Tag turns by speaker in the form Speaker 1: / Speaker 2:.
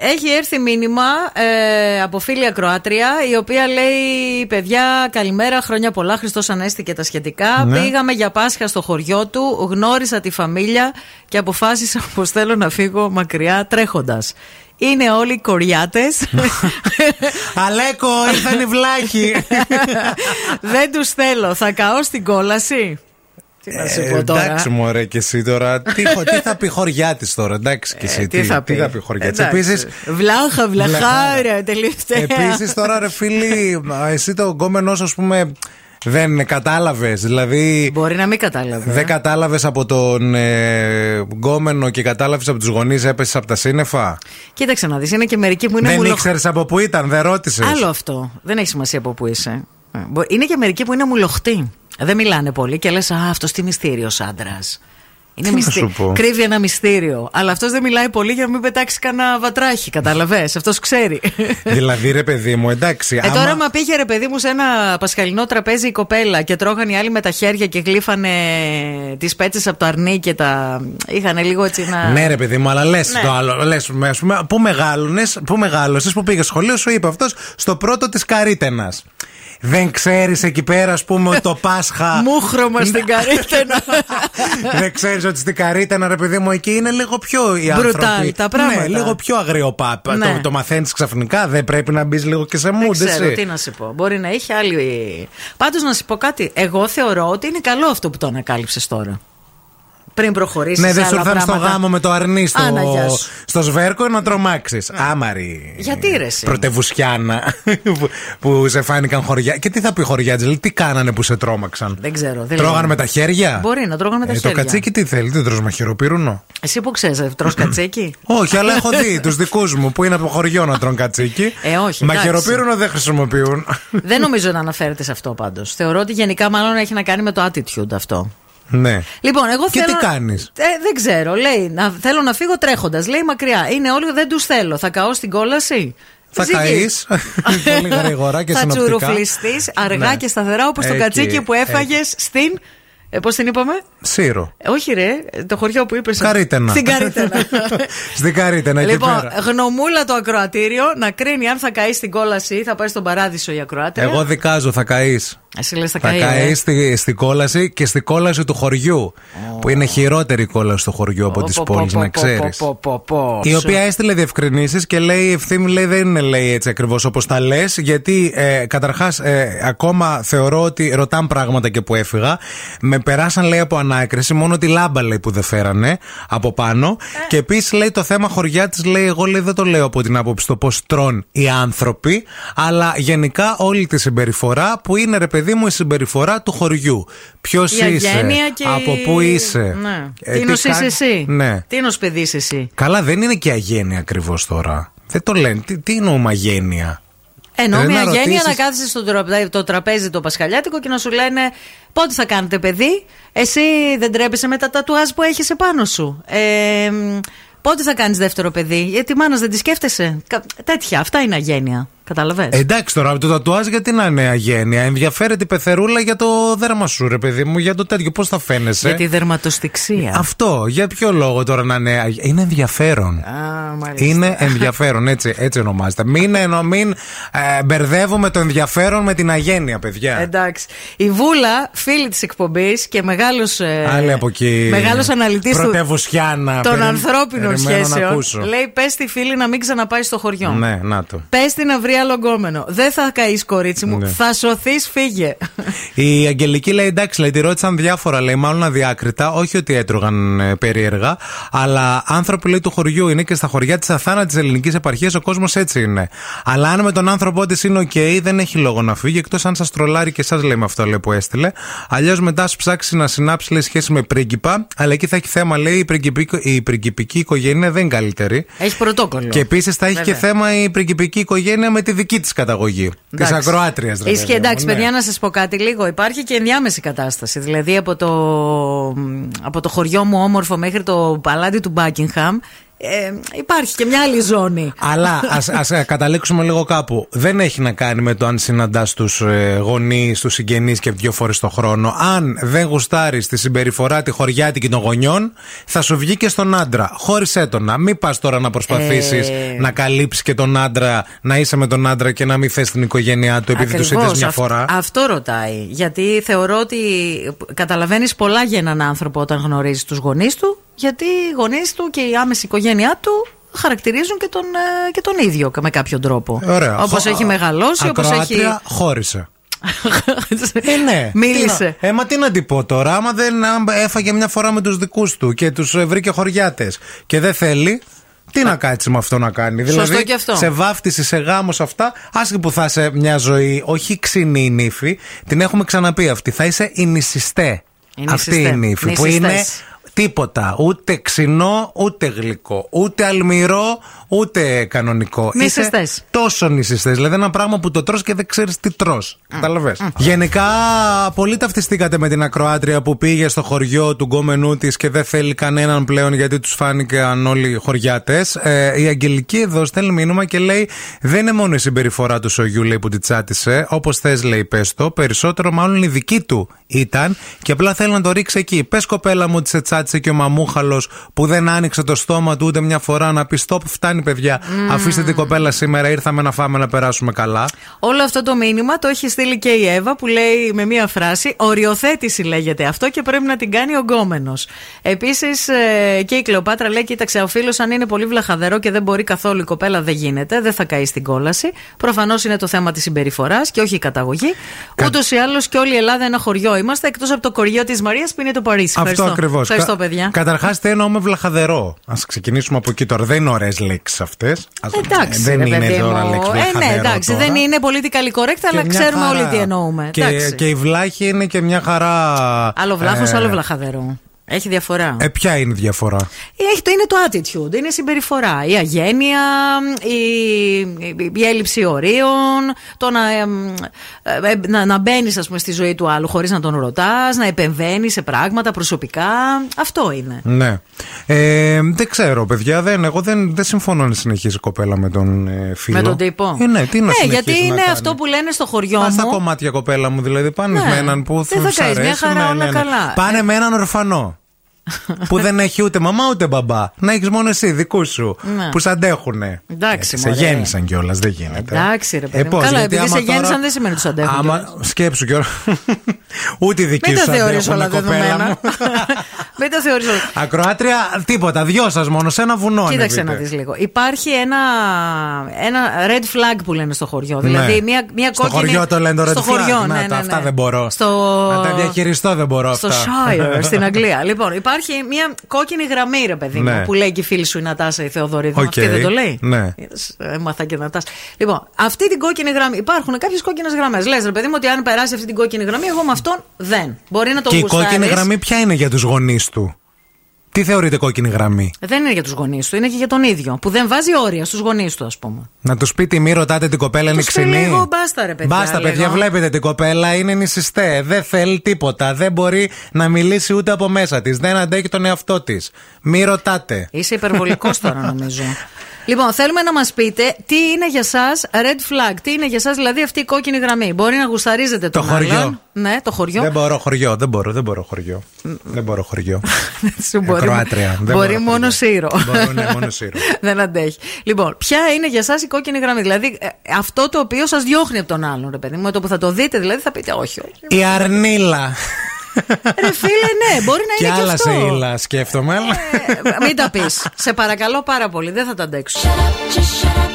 Speaker 1: Έχει έρθει μήνυμα ε, από φίλη ακροάτρια η οποία λέει παιδιά καλημέρα, χρόνια πολλά, Χριστός Ανέστη και τα σχετικά.
Speaker 2: Ναι.
Speaker 1: Πήγαμε για Πάσχα στο χωριό του, γνώρισα τη φαμίλια και αποφάσισα πως θέλω να φύγω μακριά τρέχοντας. Είναι όλοι κοριάτες,
Speaker 2: Αλέκο, ήρθαν οι βλάχοι.
Speaker 1: δεν τους θέλω, θα καώ στην κόλαση. Τι να σου
Speaker 2: Ε,
Speaker 1: πω τώρα.
Speaker 2: εντάξει, μωρέ και εσύ τώρα. τι, χο- τι θα πει χωριά της τώρα, εντάξει και εσύ.
Speaker 1: Ε, τι, θα πει.
Speaker 2: χωριά της.
Speaker 1: Εντάξει.
Speaker 2: Επίσης,
Speaker 1: Βλάχα, βλαχάρα,
Speaker 2: Βλαχάρα.
Speaker 1: τελευταία.
Speaker 2: Επίσης τώρα, ρε φίλοι, α, εσύ το γκόμενό, ας πούμε, δεν κατάλαβες. Δηλαδή,
Speaker 1: Μπορεί να μην κατάλαβε.
Speaker 2: δεν κατάλαβες από τον ε, γκόμενο και κατάλαβες από τους γονείς, έπεσες από τα σύννεφα.
Speaker 1: Κοίταξε να δεις, είναι και μερικοί που είναι
Speaker 2: δεν
Speaker 1: μουλο...
Speaker 2: ήξερες από πού ήταν, δεν ρώτησες.
Speaker 1: Άλλο αυτό. Δεν έχει σημασία από πού είσαι. Ε, μπο- Είναι και μερικοί που είναι μουλοχτοί. Δεν μιλάνε πολύ και λες, Α, αυτός τι μυστήριο άντρα. Είναι
Speaker 2: Τι να σου πω.
Speaker 1: Κρύβει ένα μυστήριο. Αλλά αυτός δεν μιλάει πολύ για να μην πετάξει κανένα βατράχι. Καταλαβέ. Αυτός ξέρει.
Speaker 2: δηλαδή, ρε παιδί μου, εντάξει.
Speaker 1: Ε, τώρα, άμα πήγε ρε παιδί μου σε ένα πασχαλινό τραπέζι η κοπέλα και τρώγαν οι άλλοι με τα χέρια και γλύφανε τις πέτσες από το αρνί και τα. είχαν λίγο έτσι να.
Speaker 2: Ναι, ρε παιδί μου, αλλά λες
Speaker 1: Ναι.
Speaker 2: το άλλο. Λες, με, ας πούμε, πού μεγάλωνες, πού μεγάλωσες, πού πήγες σχολείο, σου είπε αυτός στο πρώτο της Καρίτενα. Δεν ξέρεις εκεί πέρα, ας πούμε, ότι το Πάσχα. Ναι.
Speaker 1: Μούχρωμα στην καρύτενα.
Speaker 2: Δεν ξέρεις ότι στην Καρίτενα, ρε παιδί μου, εκεί είναι λίγο πιο οι άνθρωποι.
Speaker 1: Brutal, τα πράγματα.
Speaker 2: Ναι, λίγο πιο αγριοπάπα.
Speaker 1: Ναι.
Speaker 2: Το, το μαθαίνεις ξαφνικά, δεν πρέπει να μπεις λίγο και σε
Speaker 1: Δεν
Speaker 2: μούντε.
Speaker 1: ξέρω τι να σου πω. Μπορεί να είχε άλλη. Πάντως να σου πω κάτι. Εγώ θεωρώ ότι είναι καλό αυτό που το ανακάλυψες τώρα. Πριν προχωρήσεις.
Speaker 2: Ναι, δεν σου ήρθαν στο γάμο με το αρνί στο,
Speaker 1: Άνα, γεια σου.
Speaker 2: στο σβέρκο να τρομάξει. Άμαρη.
Speaker 1: Γιατί, ρε, εσύ?
Speaker 2: Πρωτεβουσιάνα που, που σε φάνηκαν χωριά. Και τι θα πει χωριά, δηλαδή, τι κάνανε που σε τρόμαξαν.
Speaker 1: Δεν ξέρω. Δεν
Speaker 2: Τρώγανε
Speaker 1: λέω.
Speaker 2: με τα χέρια.
Speaker 1: Μπορεί να τρώγανε με τα
Speaker 2: Ε,
Speaker 1: χέρια.
Speaker 2: Το κατσίκι τι θέλει, δεν τρως με χειροπύρουνο.
Speaker 1: Εσύ που ξέρεις, τρώ κατσίκι.
Speaker 2: Όχι, αλλά έχω δει τους δικούς μου που είναι από χωριό να τρώνε κατσίκι.
Speaker 1: Ε, όχι, εντάξει.
Speaker 2: Μαχαιροπύρουνο δεν χρησιμοποιούν.
Speaker 1: δεν νομίζω να αναφέρεται σε αυτό πάντως. Θεωρώ ότι γενικά μάλλον έχει να κάνει με το attitude αυτό.
Speaker 2: ναι.
Speaker 1: Λοιπόν, εγώ
Speaker 2: Και
Speaker 1: θέλω.
Speaker 2: τι κάνεις?
Speaker 1: Ε, δεν ξέρω. Λέει, να, θέλω να φύγω τρέχοντας. Λέει μακριά. Είναι όλοι, δεν τους θέλω. Θα καώ στην κόλαση.
Speaker 2: Θα
Speaker 1: Ζυγή.
Speaker 2: καείς. Πολύ γρήγορα και
Speaker 1: Θα
Speaker 2: συνοπτικά.
Speaker 1: τσουρουφλιστείς αργά
Speaker 2: Ναι.
Speaker 1: και σταθερά όπως το
Speaker 2: Εκεί,
Speaker 1: κατσίκι που έφαγες στην. Ε, Πώς την είπαμε?
Speaker 2: Σύρο.
Speaker 1: Ε, Όχι, ρε, το χωριό που είπες.
Speaker 2: Καρίτενα.
Speaker 1: Στην Καρίτενα.
Speaker 2: Στην Καρίτενα, Ναι, εκεί
Speaker 1: λοιπόν,
Speaker 2: πέρα.
Speaker 1: γνωμούλα το ακροατήριο να κρίνει αν θα καεί στην κόλαση ή θα πάει στον παράδεισο η ακροάτρια.
Speaker 2: Εγώ δικάζω, θα καείς.
Speaker 1: Εσύ λες θα
Speaker 2: Θα
Speaker 1: καεί. ε.
Speaker 2: καεί στη, στη κόλαση και στη κόλαση του χωριού. Που είναι χειρότερη η κόλαση του χωριού από τις
Speaker 1: Πω, πω,
Speaker 2: πόλεις,
Speaker 1: πω,
Speaker 2: να
Speaker 1: πω,
Speaker 2: ξέρεις.
Speaker 1: πω, πω, πω,
Speaker 2: Η
Speaker 1: πω.
Speaker 2: οποία έστειλε διευκρινήσεις και λέει: Η ευθύνη λέει, δεν είναι λέει, έτσι ακριβώς όπως τα λες, γιατί ε, καταρχάς ε, ακόμα θεωρώ ότι ρωτάν πράγματα και που έφυγα. Με περάσαν λέει από ανάκριση, μόνο τη λάμπα λέει που δεν φέρανε από πάνω.
Speaker 1: Ε.
Speaker 2: Και επίσης λέει το θέμα χωριά της, λέει: Εγώ λέει, δεν το λέω από την άποψη το πώς τρών οι άνθρωποι, αλλά γενικά όλη τη συμπεριφορά που είναι ρε παιδί μου η συμπεριφορά του χωριού. Ποιος
Speaker 1: Η
Speaker 2: είσαι,
Speaker 1: αγένεια και.
Speaker 2: από
Speaker 1: η-
Speaker 2: πού είσαι.
Speaker 1: Ναι.
Speaker 2: ε,
Speaker 1: τι νος
Speaker 2: τι
Speaker 1: είσαι
Speaker 2: κα-
Speaker 1: εσύ.
Speaker 2: Ναι.
Speaker 1: Τι νος παιδί είσαι εσύ.
Speaker 2: Καλά, δεν είναι και αγένεια ακριβώς τώρα. Δεν το λένε. Τι, τι εννοούμε αγένεια.
Speaker 1: Ενώ
Speaker 2: Πρέπει
Speaker 1: μια
Speaker 2: να
Speaker 1: Ε, γένεια να
Speaker 2: ρωτήσεις-
Speaker 1: κάθεσαι στο τρα- ε, το τραπέζι το πασχαλιάτικο και να σου λένε πότε θα κάνετε παιδί. Εσύ δεν τρέπεσαι με τα τατουάζ που έχεις επάνω σου. Ε, μ, πότε θα κάνεις δεύτερο παιδί. Γιατί μάνα δεν τη σκέφτεσαι. Κα- τέτοια. Αυτά είναι αγένεια. Καταλαβες.
Speaker 2: Ε, Εντάξει τώρα, το τατουάζ γιατί να είναι αγένεια. Ενδιαφέρεται η πεθερούλα για το δέρμα σου, ρε παιδί μου, για το τέτοιο. Πώς θα φαίνεσαι.
Speaker 1: Για τη δερματοστιξία.
Speaker 2: Αυτό, για ποιο λόγο τώρα να είναι. αγε- Είναι ενδιαφέρον.
Speaker 1: Α, μάλιστα.
Speaker 2: Είναι ενδιαφέρον, έτσι, έτσι ονομάζεται. Μην, εννο- μην ε, μπερδεύουμε το ενδιαφέρον με την αγένεια, παιδιά.
Speaker 1: Εντάξει. Η Βούλα, φίλη της εκπομπής και μεγάλος. Ε,
Speaker 2: Άλλη από εκεί.
Speaker 1: Μεγάλος αναλυτής του.
Speaker 2: Πρωτεύουσιάνα.
Speaker 1: των
Speaker 2: Περι-
Speaker 1: ανθρώπινων
Speaker 2: περιμένω να
Speaker 1: σχέσεων.
Speaker 2: ακούσω.
Speaker 1: Λέει, πες στη φίλη να μην ξαναπάει στο χωριό.
Speaker 2: Ναι, να το.
Speaker 1: Πες την να βρει άλλο γκόμενο. Δεν θα καείς, κορίτσι μου.
Speaker 2: Ναι.
Speaker 1: Θα σωθείς, φύγε.
Speaker 2: Η Αγγελική λέει εντάξει, λέει, τη ρώτησαν διάφορα, λέει, μάλλον αδιάκριτα, όχι ότι έτρωγαν ε, περίεργα, αλλά άνθρωποι λέει του χωριού είναι και στα χωριά της Αθάνα τη ελληνικής επαρχίας ο κόσμος έτσι είναι. Αλλά αν με τον άνθρωπό της είναι οκ, δεν έχει λόγο να φύγει, εκτός αν σας τρολάρει και εσά λέει με αυτό λέει, που έστειλε. Αλλιώς μετά σου ψάξει να συνάψει λέει, σχέση με πρίγκιπα, αλλά εκεί θα έχει θέμα, λέει, η πριγκιπική, η πριγκιπική οικογένεια δεν είναι καλύτερη.
Speaker 1: Έχει πρωτόκολλο.
Speaker 2: Και επίσης θα έχει και θέμα η πριγκιπική οικογένεια με τη δική της καταγωγή. Της
Speaker 1: Εντάξει.
Speaker 2: ακροάτριας δηλαδή.
Speaker 1: Ισχύει, εντάξει, παιδιά, να σας πω κάτι λίγο. Υπάρχει και ενδιάμεση κατάσταση. Δηλαδή από το, από το χωριό μου όμορφο μέχρι το παλάτι του Μπάκιγχαμ ε, υπάρχει και μια άλλη ζώνη.
Speaker 2: Αλλά ας, ας ε, καταλήξουμε λίγο κάπου. Δεν έχει να κάνει με το αν συναντάς τους ε, γονείς, τους συγγενείς και δύο φορές το χρόνο. Αν δεν γουστάρεις τη συμπεριφορά τη χωριάτικη των γονιών, θα σου βγει και στον άντρα. Χώρισέ τον. Να μην πας τώρα να προσπαθήσεις
Speaker 1: Ε.
Speaker 2: να καλύψεις και τον άντρα, να είσαι με τον άντρα και να μην θες την οικογένειά του επειδή τους είδε
Speaker 1: Ακριβώς,
Speaker 2: μια
Speaker 1: αυ-
Speaker 2: φορά.
Speaker 1: Αυτό ρωτάει. Γιατί θεωρώ ότι καταλαβαίνεις πολλά για έναν άνθρωπο όταν γνωρίζεις τους γονείς του, γιατί οι γονείς του και η άμεση οικογένειά του χαρακτηρίζουν και τον, ε, και τον ίδιο με κάποιον τρόπο.
Speaker 2: Ωραία.
Speaker 1: Όπως
Speaker 2: Χω-
Speaker 1: έχει μεγαλώσει, όπως έχει.
Speaker 2: Ακροάτρια, χώρισε. Ε, ναι.
Speaker 1: Μίλησε.
Speaker 2: Τι να- Ε, μα τι να την πω τώρα. Άμα δεν άμα έφαγε μια φορά με τους δικούς του και τους βρήκε χωριάτες και δεν θέλει. Τι να κάτσει με αυτό να κάνει.
Speaker 1: Σωστό
Speaker 2: δηλαδή,
Speaker 1: και αυτό.
Speaker 2: σε βάφτιση, σε γάμος, σε αυτά, άσχη που θα είσαι μια ζωή, όχι ξινή η νύφη, την έχουμε ξαναπεί αυτή. Θα είσαι η νησιστέ.
Speaker 1: Η
Speaker 2: Αυτή
Speaker 1: νησιστέ.
Speaker 2: η νύφη. Που
Speaker 1: Νησιστές.
Speaker 2: είναι τίποτα. Ούτε ξινό, ούτε γλυκό. Ούτε αλμυρό, ούτε κανονικό. Είσαι
Speaker 1: Νησιστές.
Speaker 2: τόσο νησιστές. Δηλαδή, ένα πράγμα που το τρως και δεν ξέρεις τι τρώ. Κατάλαβε. Γενικά, πολύ ταυτιστήκατε με την ακροάτρια που πήγε στο χωριό του γκόμενού της και δεν θέλει κανέναν πλέον γιατί τους φάνηκαν όλοι χωριάτες. Ε, η Αγγελική εδώ στέλνει μήνυμα και λέει: Δεν είναι μόνο η συμπεριφορά του Σογιού λέει, που τη τσάτισε. Όπως θες, λέει, πες το. Περισσότερο, μάλλον η δική του ήταν και απλά θέλει να το ρίξει εκεί. Πες, κοπέλα μου, ότι σε τσάτισε και ο μαμούχαλος που δεν άνοιξε το στόμα του ούτε μια φορά να πει: Στοπ, φτάνει, παιδιά. Αφήστε την κοπέλα σήμερα. Ήρθαμε να φάμε να περάσουμε καλά.
Speaker 1: Όλο αυτό το μήνυμα το έχει στείλει και η Εύα που λέει με μία φράση Οριοθέτηση λέγεται αυτό και πρέπει να την κάνει ο γκόμενος. Επίσης και η Κλεοπάτρα λέει: Κοίταξε, ο φίλος αν είναι πολύ βλαχαδερό και δεν μπορεί καθόλου η κοπέλα, δεν γίνεται, δεν θα καεί στην κόλαση. Προφανώς είναι το θέμα της συμπεριφοράς και όχι η καταγωγή. Κα... Ούτως ή άλλως και όλη η Ελλάδα ένα χωριό είμαστε, εκτός από το κοριό της Μαρίας που είναι το Παρίσι. Ευχαριστώ.
Speaker 2: Αυτό ακριβώς.
Speaker 1: Ευχαριστώ, παιδιά.
Speaker 2: Καταρχάς, τι εννοούμε βλαχαδερό. Ας ξεκινήσουμε από εκεί τώρα. Δεν είναι ωραίες λέξεις αυτές.
Speaker 1: Ε, Εντάξει,
Speaker 2: δεν
Speaker 1: ρε
Speaker 2: είναι
Speaker 1: παιδί
Speaker 2: τώρα
Speaker 1: μου.
Speaker 2: λέξη
Speaker 1: Ε, ναι,
Speaker 2: βλαχαδερό
Speaker 1: εντάξει,
Speaker 2: τώρα.
Speaker 1: δεν είναι πολιτικά correct,
Speaker 2: Και
Speaker 1: αλλά
Speaker 2: μια
Speaker 1: ξέρουμε
Speaker 2: χαρά.
Speaker 1: όλοι τι εννοούμε.
Speaker 2: Και,
Speaker 1: Εντάξει.
Speaker 2: και η βλάχη είναι και μια χαρά.
Speaker 1: Άλλο βλάχος,
Speaker 2: ε,
Speaker 1: άλλο βλαχαδερό. Έχει διαφορά. Ε,
Speaker 2: Ε, ποια είναι η διαφορά.
Speaker 1: Έχει το, είναι το attitude, είναι η συμπεριφορά, η αγένεια, η, η- η έλλειψη ορίων, το να, εμ, ε, ε, να, να μπαίνεις στη ζωή του άλλου χωρίς να τον ρωτάς, να επεμβαίνεις σε πράγματα προσωπικά. Αυτό είναι.
Speaker 2: Ναι. Ε, δεν ξέρω, παιδιά. Δεν, εγώ δεν, δεν συμφωνώ να συνεχίσει η κοπέλα με τον ε, φίλο.
Speaker 1: Με τον τύπο.
Speaker 2: Ε, ναι, τι να συνεχίσει
Speaker 1: γιατί
Speaker 2: να
Speaker 1: είναι
Speaker 2: κάνει.
Speaker 1: αυτό που λένε στο χωριό
Speaker 2: Πάνε στα
Speaker 1: μου.
Speaker 2: κομμάτια, κοπέλα μου. Δηλαδή, πάνε
Speaker 1: Ναι.
Speaker 2: με έναν που
Speaker 1: Δεν θα
Speaker 2: σ'
Speaker 1: κάνεις, μια
Speaker 2: αρέσει,
Speaker 1: χαρά, όλα καλά.
Speaker 2: ναι,
Speaker 1: Ε.
Speaker 2: Πάνε με έναν ορφανό. που δεν έχει ούτε μαμά ούτε μπαμπά. Να έχεις μόνο εσύ, δικούς σου.
Speaker 1: Ναι.
Speaker 2: Που σ' αντέχουνε.
Speaker 1: Εντάξει,
Speaker 2: Ε, σε
Speaker 1: μωρέ.
Speaker 2: γέννησαν κιόλας, δεν γίνεται. Ε,
Speaker 1: Εντάξει, ρε παιδί μου.
Speaker 2: πώς,
Speaker 1: Καλά,
Speaker 2: γιατί
Speaker 1: επειδή
Speaker 2: άμα
Speaker 1: σε γέννησαν
Speaker 2: τώρα-
Speaker 1: δεν σημαίνει ότι τους αντέχουν
Speaker 2: Άμα σκέψου κιόλας. ούτε οι δικοί
Speaker 1: Μην
Speaker 2: σου
Speaker 1: τα θεωρείς
Speaker 2: αντέχουνε,
Speaker 1: όλα
Speaker 2: κοπέλα
Speaker 1: δεδομένα.
Speaker 2: μου.
Speaker 1: Μην τα θεωρείς όλα.
Speaker 2: Ακροάτρια, τίποτα. Δυο σας μόνο, σε ένα βουνό.
Speaker 1: Κοίταξε να
Speaker 2: ανεβείτε.
Speaker 1: δεις λίγο. Υπάρχει ένα, ένα red flag που λένε στο χωριό. Δηλαδή μια, μια
Speaker 2: Ναι. στο
Speaker 1: κόκκινη.
Speaker 2: χωριό το λένε το
Speaker 1: στο
Speaker 2: red flag.
Speaker 1: χωριό,
Speaker 2: Να
Speaker 1: ναι, ναι,
Speaker 2: τα,
Speaker 1: ναι.
Speaker 2: Αυτά δεν μπορώ.
Speaker 1: Στο...
Speaker 2: Να τα διαχειριστώ δεν μπορώ
Speaker 1: Στο
Speaker 2: αυτά.
Speaker 1: Shire, στην Αγγλία. Λοιπόν, υπάρχει μια κόκκινη γραμμή, ρε παιδί μου,
Speaker 2: Ναι.
Speaker 1: που λέει και η φίλη σου η Νατάσα η Θεοδωρίδου. Αυτή
Speaker 2: Οκ.
Speaker 1: δεν το λέει.
Speaker 2: Ναι.
Speaker 1: Είδες, Έμαθα και Νατάσα. Λοιπόν, αυτή την κόκκινη γραμμή. Υπάρχουν κάποιες κόκκινες γραμμές. Λες, ρε παιδί μου, ότι αν περάσει αυτή την κόκκινη γραμμή, εγώ με αυτόν δεν. Μπορεί να το
Speaker 2: Και η
Speaker 1: γουστάρεις.
Speaker 2: κόκκινη γραμμή ποια είναι για τους γονείς του. Τι θεωρείτε κόκκινη γραμμή.
Speaker 1: Δεν είναι για τους γονείς του, είναι και για τον ίδιο. Που δεν βάζει όρια στους γονείς του, ας πούμε.
Speaker 2: Να τους πείτε μη ρωτάτε την κοπέλα είναι
Speaker 1: Τους πει
Speaker 2: ξινή.
Speaker 1: λίγο μπάστα, ρε παιδιά,
Speaker 2: Μπάστα,
Speaker 1: λίγο.
Speaker 2: παιδιά, βλέπετε την κοπέλα είναι νησιστέ. Δεν θέλει τίποτα. Δεν μπορεί να μιλήσει ούτε από μέσα της. Δεν αντέχει τον εαυτό της. Μη ρωτάτε.
Speaker 1: Είσαι υπερβολικός τώρα, νομίζω. Λοιπόν, θέλουμε να μας πείτε τι είναι για εσά red flag, τι είναι για εσά δηλαδή αυτή η κόκκινη γραμμή. Μπορεί να γουσταρίζετε
Speaker 2: Το
Speaker 1: τον
Speaker 2: χωριό.
Speaker 1: άλλον. Ναι, το χωριό.
Speaker 2: Δεν μπορώ χωριό, δεν μπορώ, δεν μπορώ χωριό. Δεν μπορώ χωριό.
Speaker 1: Σου μπορεί
Speaker 2: Ακροάτρια, δεν
Speaker 1: μπορεί
Speaker 2: μπορώ
Speaker 1: μόνο
Speaker 2: χωριό.
Speaker 1: σύρο.
Speaker 2: Μπορώ, ναι, μόνο σύρο.
Speaker 1: Δεν αντέχει. Λοιπόν, ποια είναι για εσά η κόκκινη γραμμή, δηλαδή ε, αυτό το οποίο σας διώχνει από τον άλλον, ρε παιδί μου. Με το που θα το δείτε, δηλαδή θα πείτε όχι. όχι.
Speaker 2: Η αρνίλα.
Speaker 1: Ρε φίλε, ναι, μπορεί να
Speaker 2: και
Speaker 1: είναι και
Speaker 2: άλλα
Speaker 1: αυτό.
Speaker 2: σε ύλα σκέφτομαι. αλλά-
Speaker 1: Ε, μην τα πεις. Σε παρακαλώ πάρα πολύ, δεν θα τα αντέξω.
Speaker 3: Shut up, just shut up.